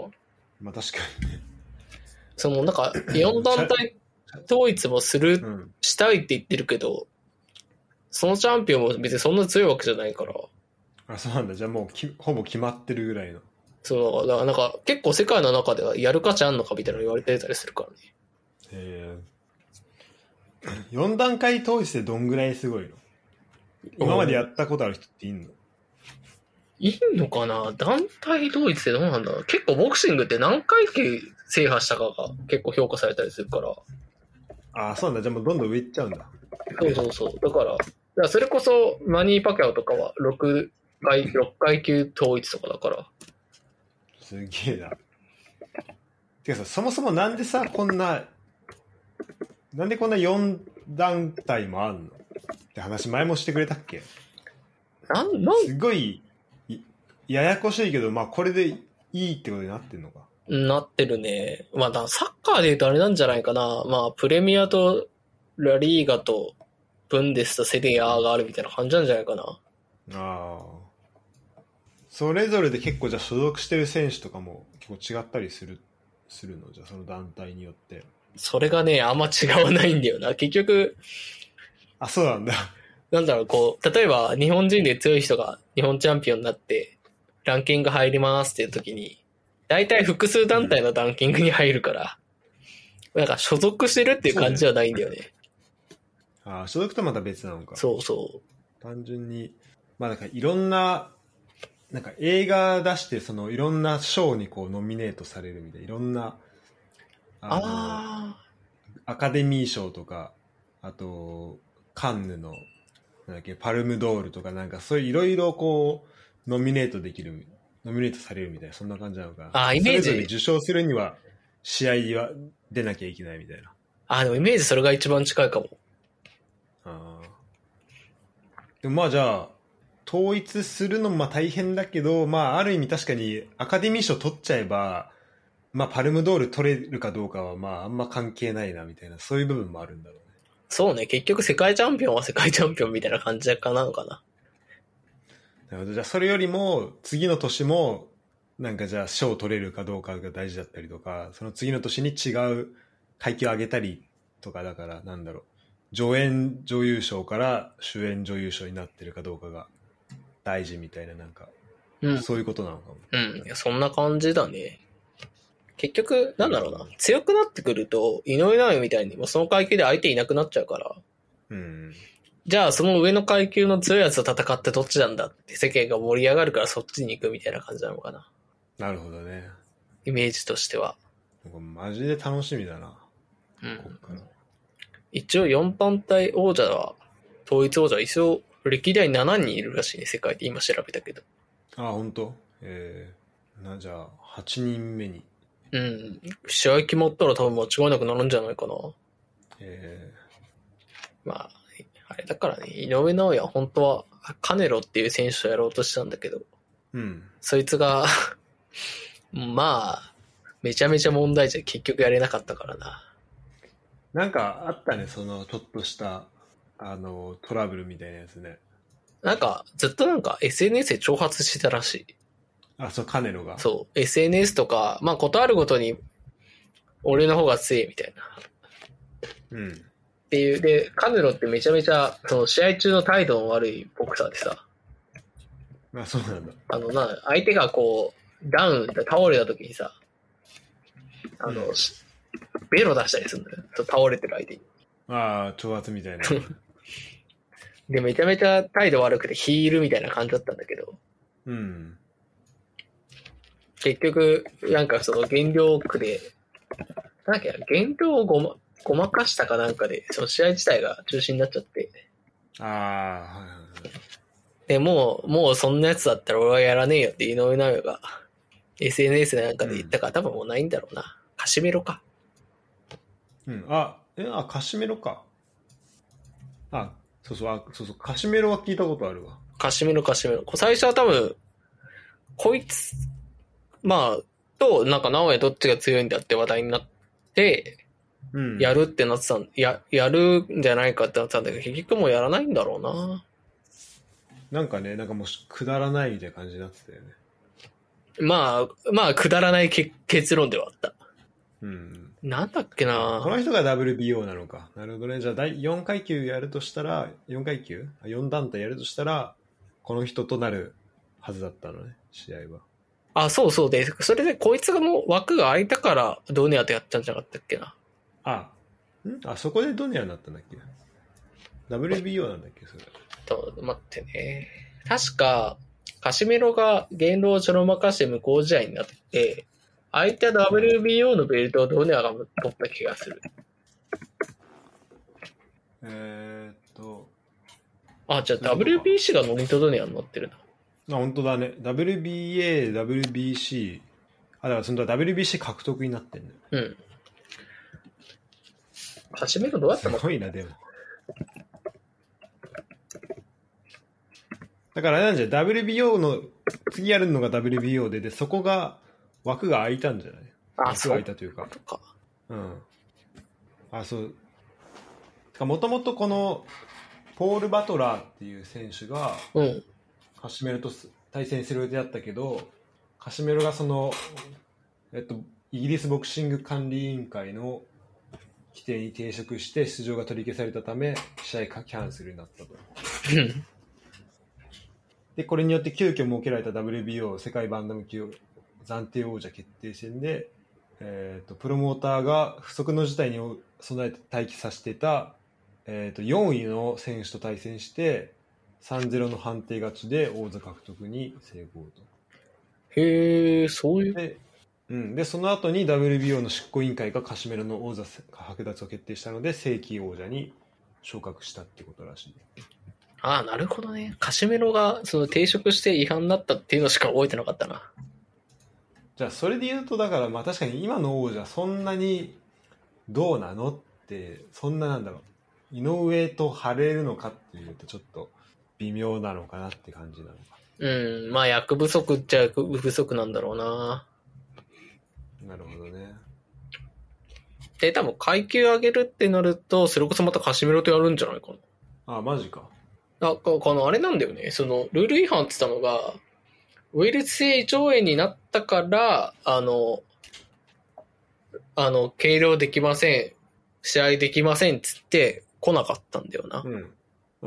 Speaker 1: まあ確かにね。
Speaker 2: その、なんか、4団体統一もする、
Speaker 1: うん。
Speaker 2: したいって言ってるけど、そのチャンピオンも別にそんな強いわけじゃないから。
Speaker 1: あ、そうなんだ。じゃあもうきほぼ決まってるぐらいの。
Speaker 2: そう、だからなんか、結構世界の中ではやる価値あんのかみたいなの言われてたりするからね。
Speaker 1: えー、4段階統一でどんぐらいすごいの今までやったことある人っていんの
Speaker 2: いいのかな団体統一ってどうなんだろう結構ボクシングって何回忌制覇したかが結構評価されたりするから。
Speaker 1: あ、そうなんだ。じゃあもうどんどん上行っちゃうんだ。
Speaker 2: そうそうそう。だから、だからそれこそマニー・パキャオとかは6階、六階級統一とかだから。
Speaker 1: すげえな。てかさ、そもそもなんでさ、こんな、なんでこんな4団体もあんのって話前もしてくれたっけ
Speaker 2: なん、なん、
Speaker 1: すごいいややこしいけど、まあこれでいいってことになってんのか。
Speaker 2: なってるね。まあ、だサッカーで言うとあれなんじゃないかな。まあ、プレミアとラリーガとブンデスとセリアがあるみたいな感じなんじゃないかな。
Speaker 1: ああ。それぞれで結構じゃあ所属してる選手とかも結構違ったりする、するのじゃあその団体によって。
Speaker 2: それがね、あんま違わないんだよな。結局、
Speaker 1: あ、そうなんだ。
Speaker 2: なんだろう、こう、例えば日本人で強い人が日本チャンピオンになって、ランキング入りますっていう時に、大体複数団体のランキングに入るから、なんか所属してるっていう感じじゃないんだよね。
Speaker 1: ああ、所属とはまた別なのか。
Speaker 2: そうそう。
Speaker 1: 単純に、まあなんかいろんな、なんか映画出して、そのいろんな賞にこうノミネートされるみたいな、いろんな、あの
Speaker 2: あ
Speaker 1: アカデミー賞とか、あと、カンヌの、なんだっけ、パルムドールとかなんか、そういういろいろこう、ノミネートできる、ノミネートされるみたいな、そんな感じなのかな。
Speaker 2: あーイメージ
Speaker 1: それぞれ受賞するには、試合は出なきゃいけないみたいな。
Speaker 2: あ。あ、でもイメージそれが一番近いかも。
Speaker 1: あーでもまあじゃあ、統一するのもまあ大変だけど、まあある意味確かにアカデミー賞取っちゃえば、まあパルムドール取れるかどうかはまああんま関係ないなみたいな、そういう部分もあるんだろうね。
Speaker 2: そうね、結局世界チャンピオンは世界チャンピオンみたいな感じかなのかな。
Speaker 1: なるほど。じゃあ、それよりも、次の年も、なんかじゃあ、賞を取れるかどうかが大事だったりとか、その次の年に違う階級を上げたりとかだから、なんだろう。助演女優賞から主演女優賞になってるかどうかが大事みたいな、なんか、
Speaker 2: うん。
Speaker 1: そういうことなのかも。
Speaker 2: うんいや。そんな感じだね。結局、なんだろうな。強くなってくると、井上尚弥みたいにもうその階級で相手いなくなっちゃうから、
Speaker 1: うん。
Speaker 2: じゃあその上の階級の強いやつと戦ってどっちなんだって世間が盛り上がるからそっちに行くみたいな感じなのかな。
Speaker 1: なるほどね。
Speaker 2: イメージとしては。
Speaker 1: なんかマジで楽しみだな、
Speaker 2: う
Speaker 1: こっ
Speaker 2: ん。
Speaker 1: から。
Speaker 2: 一応4番隊王者は、統一王者は一応歴代7人いるらしいね、世界で今調べたけど。
Speaker 1: あ、本当えー、な、じゃあ、8人目に。
Speaker 2: うん。試合決まったら多分間違いなくなるんじゃないかな。
Speaker 1: え
Speaker 2: まあ、あれだからね、井上尚弥は本当はカネロっていう選手とやろうとしたんだけど、
Speaker 1: ー、うん。
Speaker 2: そいつが、 まあ、めちゃめちゃ問題じゃ結局やれなかったからな。
Speaker 1: なんかあったね、そのちょっとしたあのトラブルみたいなやつね。
Speaker 2: なんか、ずっとなんか SNS で挑発してたらしい。
Speaker 1: あ、そう、カネロが。
Speaker 2: そう、SNS とか、まあ、ことあるごとに、俺の方が強いみたいな。
Speaker 1: う。うん。
Speaker 2: っていう。で、カネロってめちゃめちゃ、その試合中の態度の悪いボクサーでさ、
Speaker 1: あ、そうなんだ。
Speaker 2: あの、な、相手がこう、ダウン、倒れた時にさ、あの、しベロ出したりするんだよ。そう倒れてる相手に。
Speaker 1: ああ、挑発みたいな。
Speaker 2: で、めちゃめちゃ態度悪くてヒールみたいな感じだったんだけど、
Speaker 1: うん。
Speaker 2: 結局、なんかその減量区で、なんだっけな、減量をごま、ごまかしたかなんかで、その試合自体が中止になっちゃって、
Speaker 1: ああ、はいはいはい。
Speaker 2: で、もう、もうそんなやつだったら俺はやらねえよって井上尚弥が SNS なんかで言ったから、多分もうないんだろうな。カシメロか。
Speaker 1: うん。あ、え、あ、カシメロか。あ、そうそう、あ、そうそう、カシメロは聞いたことあるわ。
Speaker 2: カシメロカシメロ。こう最初は多分、こいつ、まあ、と、なんか直哉どっちが強いんだって話題になって、
Speaker 1: うん。
Speaker 2: やるってなってたん、や、やるんじゃないかってなってたんだけど、結局もうやらないんだろうな。
Speaker 1: なんかね、なんかもうくだらないみたいな感じになってたよね。
Speaker 2: まあ、まあ、くだらないけ結論ではあった。
Speaker 1: うん。
Speaker 2: なんだっけ
Speaker 1: こ
Speaker 2: な
Speaker 1: の人が WBO なのか。なるほどね。じゃあ、第4階級やるとしたら、4階級 ?4 団体やるとしたら、この人となるはずだったのね、試合は。
Speaker 2: あ、そうそうで、それでこいつがもう枠が空いたから、ドネアとやったんじゃなかったっけな。
Speaker 1: あ、んあそこでドネアになったんだっけ ?WBO なんだっけそれ。
Speaker 2: と、待ってね。確か、カシメロが言動をちょろまかして無効試合になって、相手は WBO のベルトをドネアが取った気がする。
Speaker 1: えー、っと、
Speaker 2: あ、じゃあ WBC がノミとドネアになってるな。
Speaker 1: あ、本当だね。WBA、WBC。あ、だからその WBC 獲得になってんだよ。
Speaker 2: うん。カシメロどうやっ
Speaker 1: す
Speaker 2: たの
Speaker 1: ごいな、でも。だからあれなんじゃない WBO の、次やるのが WBO で、で、そこが、枠が空いたんじゃない
Speaker 2: あ、
Speaker 1: 枠
Speaker 2: そ
Speaker 1: が空
Speaker 2: う
Speaker 1: いたというか。
Speaker 2: か。
Speaker 1: うん。あ、そう。もともとこの、ポール・バトラーっていう選手が、
Speaker 2: うん。
Speaker 1: カシメロとす対戦する予定だったけど、カシメロがその、えっと、イギリスボクシング管理委員会の規定に抵触して出場が取り消されたため、試合がキャンセルになったと。
Speaker 2: うん
Speaker 1: で、これによって急遽設けられた WBO 世界バンダム級暫定王者決定戦で、えー、とプロモーターが不測の事態に備えて待機させてた、えー、と4位の選手と対戦して3-0の判定勝ちで王座獲得に成功と。
Speaker 2: へえ、そういう。
Speaker 1: で、うん、でその後に WBO の執行委員会がカシメロの王座剥奪を決定したので正規王者に昇格したってことらしい。
Speaker 2: ああ、なるほどね。カシメロが、その、抵触して違反になったっていうのしか覚えてなかったな。
Speaker 1: じゃあそれで言うとだからまあ確かに今の王者そんなにどうなのってそんななんだろう井上と張れるのかっていうとちょっと微妙なのかなって感じなのか
Speaker 2: うん。まあ、役不足っちゃ役不足なんだろうな。
Speaker 1: なるほどね
Speaker 2: で、多分、階級上げるってなると、それこそまたカシメロとやるんじゃないかな。
Speaker 1: あマジか
Speaker 2: なんか、この、あれなんだよね。その、ルール違反って言ったのが、ウイルス性胃腸炎になったから、あの、あの、計量できません、試合できませんっつって来なかったんだよな
Speaker 1: う。んう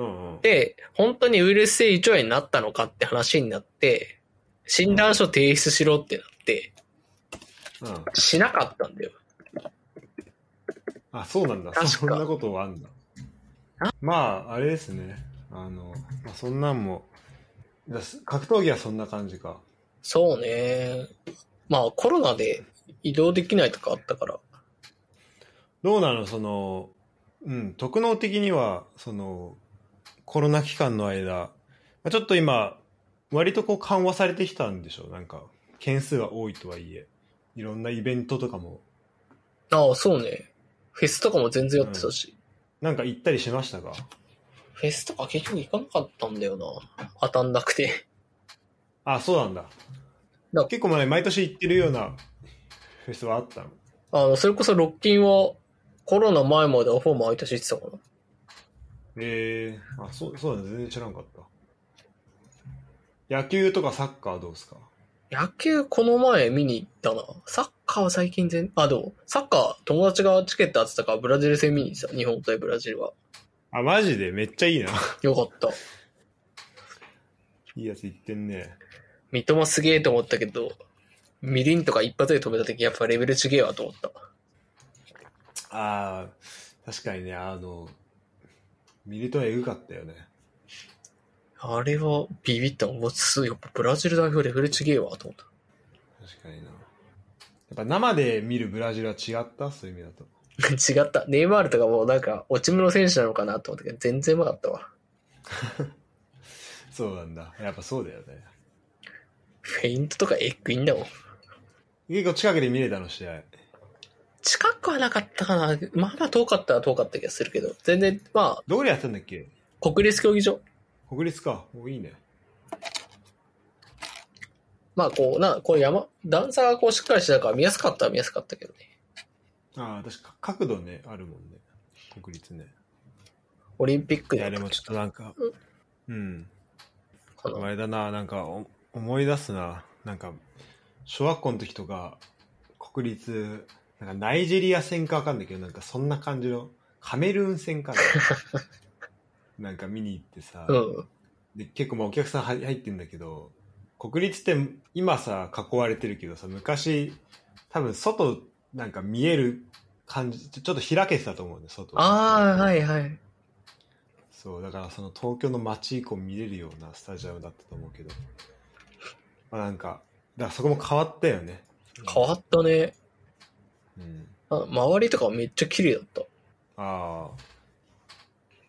Speaker 1: んうん
Speaker 2: で、本当にウイルス性胃腸炎になったのかって話になって、診断書提出しろってなって、
Speaker 1: うん
Speaker 2: しなかったんだよ。
Speaker 1: あそうなんだ
Speaker 2: 確か
Speaker 1: そんなことはあんだまああれですねあの、まあ、そんなんもだす格闘技はそんな感じか
Speaker 2: そうね。まあ、コロナで移動できないとかあったから。
Speaker 1: どうなのその、うん、特能的には、その、コロナ期間の間、まあちょっと今、割とこう緩和されてきたんでしょなんか、件数は多いとはいえ、いろんなイベントとかも、
Speaker 2: ああ、そうね。フェスとかも全然やってたし。
Speaker 1: なんか行ったりしましたか
Speaker 2: フェスとか結局行かなかったんだよな。当たんなくて。
Speaker 1: あ、そうなんだ。
Speaker 2: だ
Speaker 1: 結構前、毎年行ってるようなフェスはあったの
Speaker 2: あの、それこそロッキンはコロナ前までアフォーマ毎年行ってたかな。
Speaker 1: ええあ、そう、そうなんだ。全然知らんかった。野球とかサッカーはどうですか
Speaker 2: 野球この前見に行ったな。サッカーは最近全、あ、でも、サッカー友達がチケット当てたからブラジル戦見に行ってた。日本対ブラジルは。
Speaker 1: あ、マジでめっちゃいいな。
Speaker 2: よかった。
Speaker 1: いいやつ行ってんね。
Speaker 2: 三笘すげえと思ったけど、みりんとか一発で止めた時やっぱレベル違えわと思った。
Speaker 1: ああ、確かにね、あの、ミリトンエグかったよね。
Speaker 2: あれはビビったもん。もうすやっぱブラジル代表レベル違えわと思った。
Speaker 1: 確かにな。やっぱ生で見るブラジルは違ったそういう意味だと。
Speaker 2: 違った。 ネイマールとかもうなんか、落ち目の選手なのかなと思ったけど、全然うまかったわ。
Speaker 1: そうなんだ。やっぱそうだよね。
Speaker 2: フェイントとかエッグインだもん。
Speaker 1: 結構近くで見れたの、試合。
Speaker 2: 近くはなかったかな。まあまあ遠かったら遠かった気がするけど、全然、ま
Speaker 1: どこでやってたんだっけ
Speaker 2: あ、国立競技場。
Speaker 1: 国立か。おいいね。
Speaker 2: まあこう、な、こう山、段差がこうしっかりしてたから見やすかったは見やすかったけどね。
Speaker 1: ああ、確か角度ね、あるもんね。国立ね。
Speaker 2: オリンピック
Speaker 1: い
Speaker 2: で
Speaker 1: や、でもちょっとなんか、うん。
Speaker 2: この
Speaker 1: あれだな、なんかお思い出すな。なんか、小学校の時とか、国立、なんかナイジェリア戦かわかんないけど、なんかそんな感じの、カメルーン戦 かな。なんか見に行ってさ、
Speaker 2: うん。
Speaker 1: で結構まあお客さん入入ってんだけど、国立って今さ、囲われてるけどさ、昔、多分外、なんか見える感じ、ちょちょっと開けてたと思うんだよ、外。
Speaker 2: ああ、はいはい。
Speaker 1: そう、だからその東京の街以降見れるようなスタジアムだったと思うけど、まあ、なんか、だからそこも変わったよね。
Speaker 2: 変わったね。
Speaker 1: うん。
Speaker 2: あ周りとかめっちゃ綺麗だった。
Speaker 1: ああ。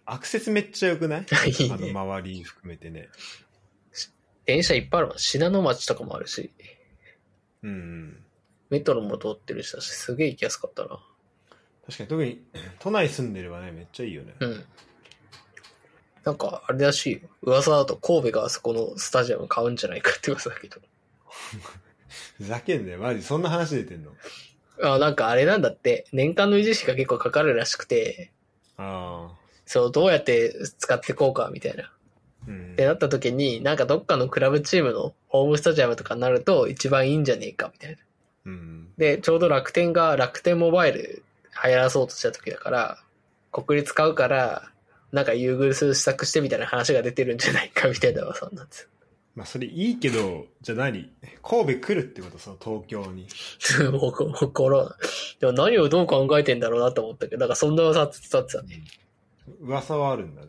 Speaker 1: アクセスめっちゃ良くない
Speaker 2: いいね
Speaker 1: あの周り含めてね。
Speaker 2: 電車いっぱいあるわ。信濃町とかもあるし、
Speaker 1: うんうん。
Speaker 2: メトロも通ってるしだし、すげえ行きやすかったな。
Speaker 1: 確かに特に都内住んでればね、めっちゃいいよね。
Speaker 2: うん。なんか、あれらしいよ。噂だと神戸があそこのスタジアム買うんじゃないかって噂だけど。
Speaker 1: ふざけんなよ、マジ。そんな話出てんの
Speaker 2: あなんかあれなんだって、年間の維持費が結構かかるらしくて、
Speaker 1: ああ。
Speaker 2: そう、どうやって使ってこうか、みたいな。
Speaker 1: うん
Speaker 2: ってなった時に、なんかどっかのクラブチームのホームスタジアムとかになると一番いいんじゃねえか、みたいな。
Speaker 1: うん。
Speaker 2: で、ちょうど楽天が楽天モバイル流行らそうとした時だから、国立買うから、なんか優遇する施策してみたいな話が出てるんじゃないか、みたいな噂になって
Speaker 1: まあ、それいいけど、じゃあ何神戸来るってことその東京に。
Speaker 2: た。ほこほころ。でも何をどう考えてんだろうなと思ったけど、なんかそんな噂は伝わってたね。
Speaker 1: 噂はあるんだね。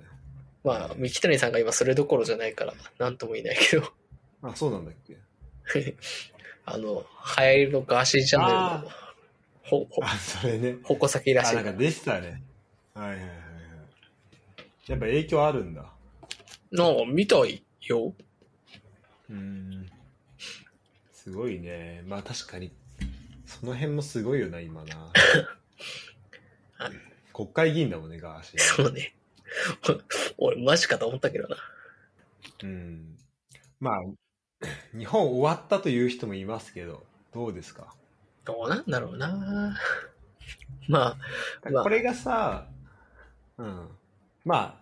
Speaker 2: まあ、三木谷さんが今それどころじゃないから、なんとも言えないけど。
Speaker 1: あ、そうなんだっけ
Speaker 2: あの、流行りのガーシーチャンネル
Speaker 1: あ
Speaker 2: の、ほ、ほ、
Speaker 1: あ、それね。
Speaker 2: 矛先らし
Speaker 1: あ、
Speaker 2: い
Speaker 1: なんかでしたね。はいはいはいはい。やっぱ影響あるんだ。
Speaker 2: なんか見たいよ。
Speaker 1: うん。すごいね。まあ確かに、その辺もすごいよな、今 な
Speaker 2: あ。
Speaker 1: 国会議員だもんね、ガーシー。
Speaker 2: そうね。 お俺、マジかと思ったけどな。
Speaker 1: うん。まあ、日本終わったという人もいますけど、どうですか
Speaker 2: どうなんだろうな。ままあ
Speaker 1: これがさ、うん。ま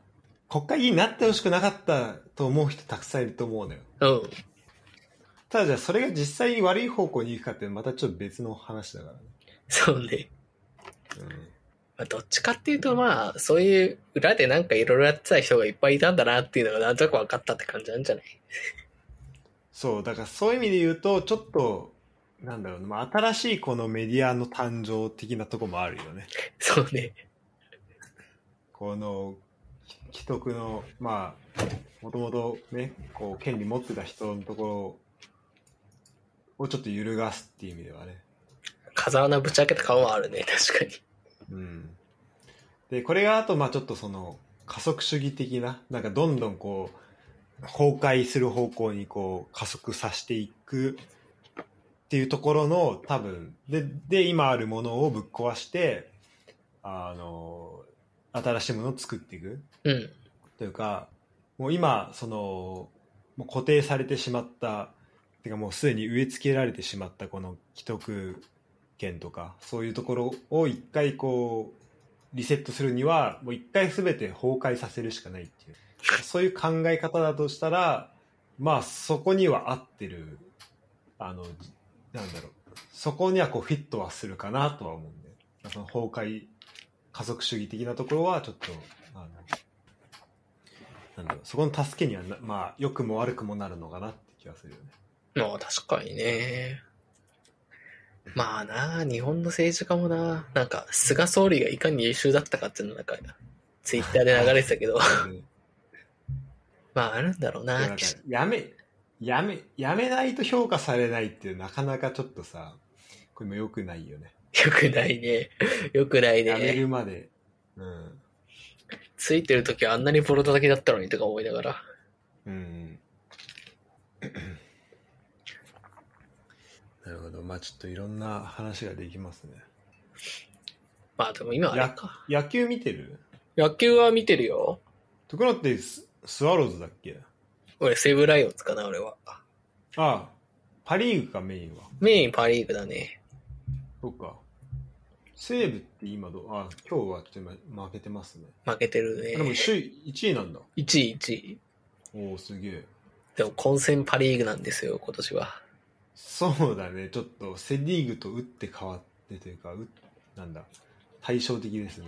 Speaker 1: あ、国会議員になってほしくなかったと思う人たくさんいると思うのよ。
Speaker 2: あ、うん。
Speaker 1: ただじゃあそれが実際に悪い方向に行くかってまたちょっと別の話だか
Speaker 2: そうね。
Speaker 1: らね。
Speaker 2: まあ、どっちかっていうと、まあ、そういう裏でなんかいろいろやってた人がいっぱいいたんだなっていうのがなんとなく分かったって感じなんじゃない
Speaker 1: そう、だからそういう意味で言うと、ちょっと、なんだろうな、まあ、新しいこのメディアの誕生的なとこもあるよね。
Speaker 2: そうね。
Speaker 1: この、き既得の、まあ、もともとね、こう、権利持ってた人のところをちょっと揺るがすっていう意味ではね。
Speaker 2: 風穴ぶち開けた感はあるね。確かに。
Speaker 1: うん。で、これがあと、まあちょっとその、加速主義的な、なんかどんどんこう、崩壊する方向にこう、加速させていくっていうところの、多分、で、で、今あるものをぶっ壊して、あの、新しいものを作っていく
Speaker 2: うん。
Speaker 1: というか、もう今、その、もう固定されてしまった、てかもうすでに植え付けられてしまったこの既得権とか、そういうところを一回こう、リセットするには、もう一回すべて崩壊させるしかないっていう。そういう考え方だとしたら、まあそこには合ってる、あの、なんだろう、そこにはこうフィットはするかなとは思うんで、その崩壊、家族主義的なところはちょっと、あの、なんだろうそこの助けにはな、まあ、良くも悪くもなるのかなって気がするよね。
Speaker 2: まあ、確かにね。まあな日本の政治家もななんか、菅総理がいかに優秀だったかっていうのなんか、ツイッターで流れてたけど、 まああるんだろう
Speaker 1: で
Speaker 2: な
Speaker 1: なんかやめ、やめ、やめないと評価されないってなかなかちょっとさ、これも良くないよね。
Speaker 2: よくないね。 よくない
Speaker 1: やめ
Speaker 2: ね。
Speaker 1: るまで。うん。
Speaker 2: ついてる時はあんなにボロ叩きだったのにとか思いながら。
Speaker 1: うん。なるほど。まあちょっといろんな話ができますね。
Speaker 2: まあでも今あれか。
Speaker 1: 野球見てる
Speaker 2: 野球は見てるよ。
Speaker 1: ところってススワローズだっけ
Speaker 2: 俺、西武ライオンズかな、俺は。
Speaker 1: ああ、パリーグかメインは。
Speaker 2: メインパリーグだね。
Speaker 1: そっか。西武って今どう、あ、今日はちょっと今負けてますね。
Speaker 2: 負けてる
Speaker 1: あでも
Speaker 2: ね。
Speaker 1: 首位、1位なんだ。
Speaker 2: 1位1位。
Speaker 1: おお、すげえ。
Speaker 2: でも混戦パリーグなんですよ、今年は。
Speaker 1: そうだね、ちょっとセ・リーグと打って変わってというか、うなんだ、対照的ですね。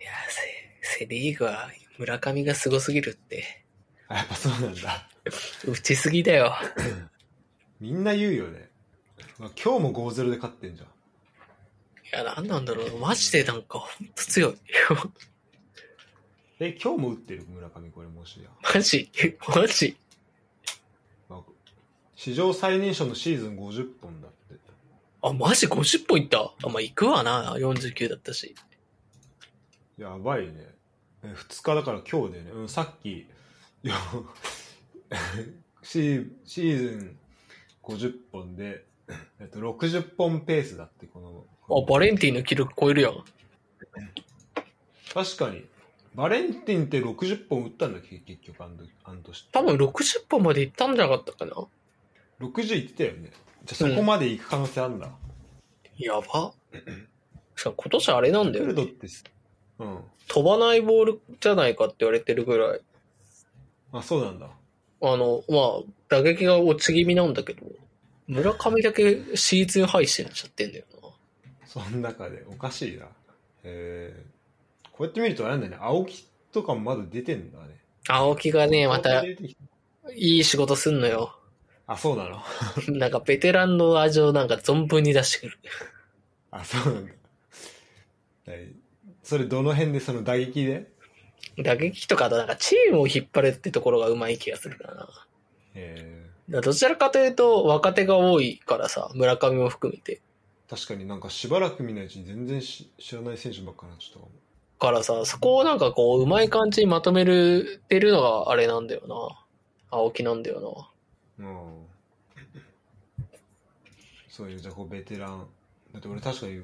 Speaker 2: いやセ、セリーグは村上がすごすぎるって。
Speaker 1: あ、やっぱそうなんだ。
Speaker 2: 打ちすぎだよ。
Speaker 1: みんな言うよね。まあ、今日も5-0で勝ってんじゃん。
Speaker 2: いや、なんなんだろう。マジでなんか、ほんと強い。
Speaker 1: え、今日も打ってる村上、これもしや。
Speaker 2: マジマジ
Speaker 1: まあ史上最年少のシーズン50本だって。
Speaker 2: あ、マジ50本いったあ、まあ、行くわな。49だったし。
Speaker 1: やばいね。え2日だから今日でね、うん、さっき、いや シシーズン50本で、えっと、60本ペースだって、この。
Speaker 2: あ、バレンティンの記録超えるやん。
Speaker 1: 確かに。バレンティンって60本打ったんだっけ、結局、あの時あの年って。
Speaker 2: 多分60本まで行ったんじゃなかったかな。
Speaker 1: 60いってたよね。じゃあそこまで行く可能性あんだ。
Speaker 2: やば。しかも今年あれなんだ
Speaker 1: ク
Speaker 2: よ
Speaker 1: ルドっ
Speaker 2: ね。
Speaker 1: て、うん。
Speaker 2: 飛ばないボールじゃないかって言われてるぐらい。
Speaker 1: あ、そうなんだ。
Speaker 2: あの、まあ、打撃が落ち気味なんだけど、村上だけシーズン敗してなっちゃってんだよな。
Speaker 1: その中で、おかしいな。えー、こうやって見るとあれなんだよね、青木とかもまだ出てんだね。
Speaker 2: 青木がね、また
Speaker 1: 青
Speaker 2: い
Speaker 1: 木出てきた
Speaker 2: い仕事すんのよ。
Speaker 1: あ、そうなの。
Speaker 2: なんかベテランの味をなんか存分に出してくる。
Speaker 1: あ、そうなんだ。はいそれどの辺でその打撃で
Speaker 2: 打撃とか、あとなんかチームを引っ張るってところがうまい気がするからな。だか
Speaker 1: え
Speaker 2: らどちらかというと若手が多いからさ、村上も含めて。
Speaker 1: ー、確かになんかしばらく見ないうちに全然し知らない選手ばっかりになっちゃったかも
Speaker 2: からさ、そこをなんかこう、うまい感じにまとめる、てるのがあれなんだよな。青木なんだよな。
Speaker 1: うんそういうじゃあこうベテランだって俺確かに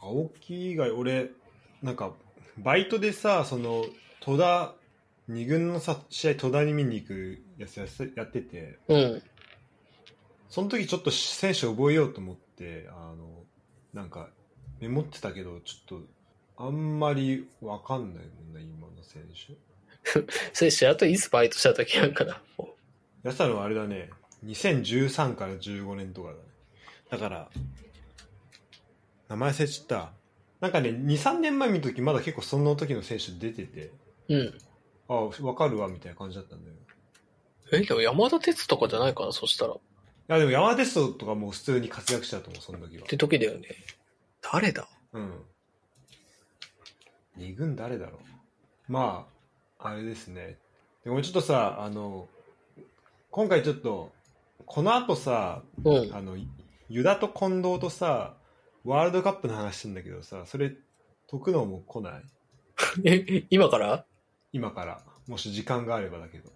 Speaker 1: 青木以外俺なんかバイトでさその戸田二軍のさ試合戸田に見に行くやつやせやってて
Speaker 2: うん。
Speaker 1: その時ちょっと選手覚えようと思ってあのなんかメモってたけどちょっとあんまりわかんないもんね今の選手
Speaker 2: それ、白といつバイトした時なんかな。も
Speaker 1: やったのはあれだね2013から15年とかだねだから名前忘れちゃったなんかね23年前見た時まだ結構その時の選手出てて
Speaker 2: ううん。
Speaker 1: あわかるわみたいな感じだったんだよ
Speaker 2: え、でも山田哲とかじゃないかな、そしたら。っ
Speaker 1: いやでも山田テストとかもう普通に活躍してたと思うその時は
Speaker 2: て時だよね。誰だ
Speaker 1: うん二軍誰だろうまああれですねでもちょっとさあの今回ちょっとこの後さ
Speaker 2: うん。
Speaker 1: あのユダと近藤とさワールドカップの話してんだけどさそれ解くのも来ない
Speaker 2: え、今から
Speaker 1: 今からもし時間があればだけど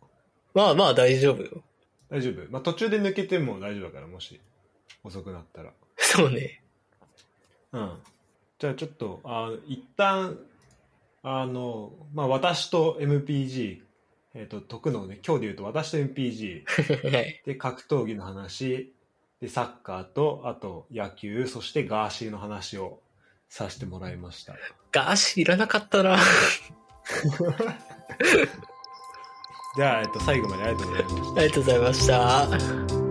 Speaker 2: まあまあ大丈夫よ。
Speaker 1: 大丈夫まあ途中で抜けても大丈夫だからもし遅くなったら
Speaker 2: そうね。
Speaker 1: うんじゃあちょっとあ一旦あのまあ私と MPG えっ、と解くのをね今日で言うと私と MPG
Speaker 2: はい。
Speaker 1: で格闘技の話でサッカーとあと野球そしてガーシーの話をさせてもらいました
Speaker 2: ガーシーいらなかったな。あ
Speaker 1: じゃあ、えっと、最後までありがとうございました。
Speaker 2: りがとうございました。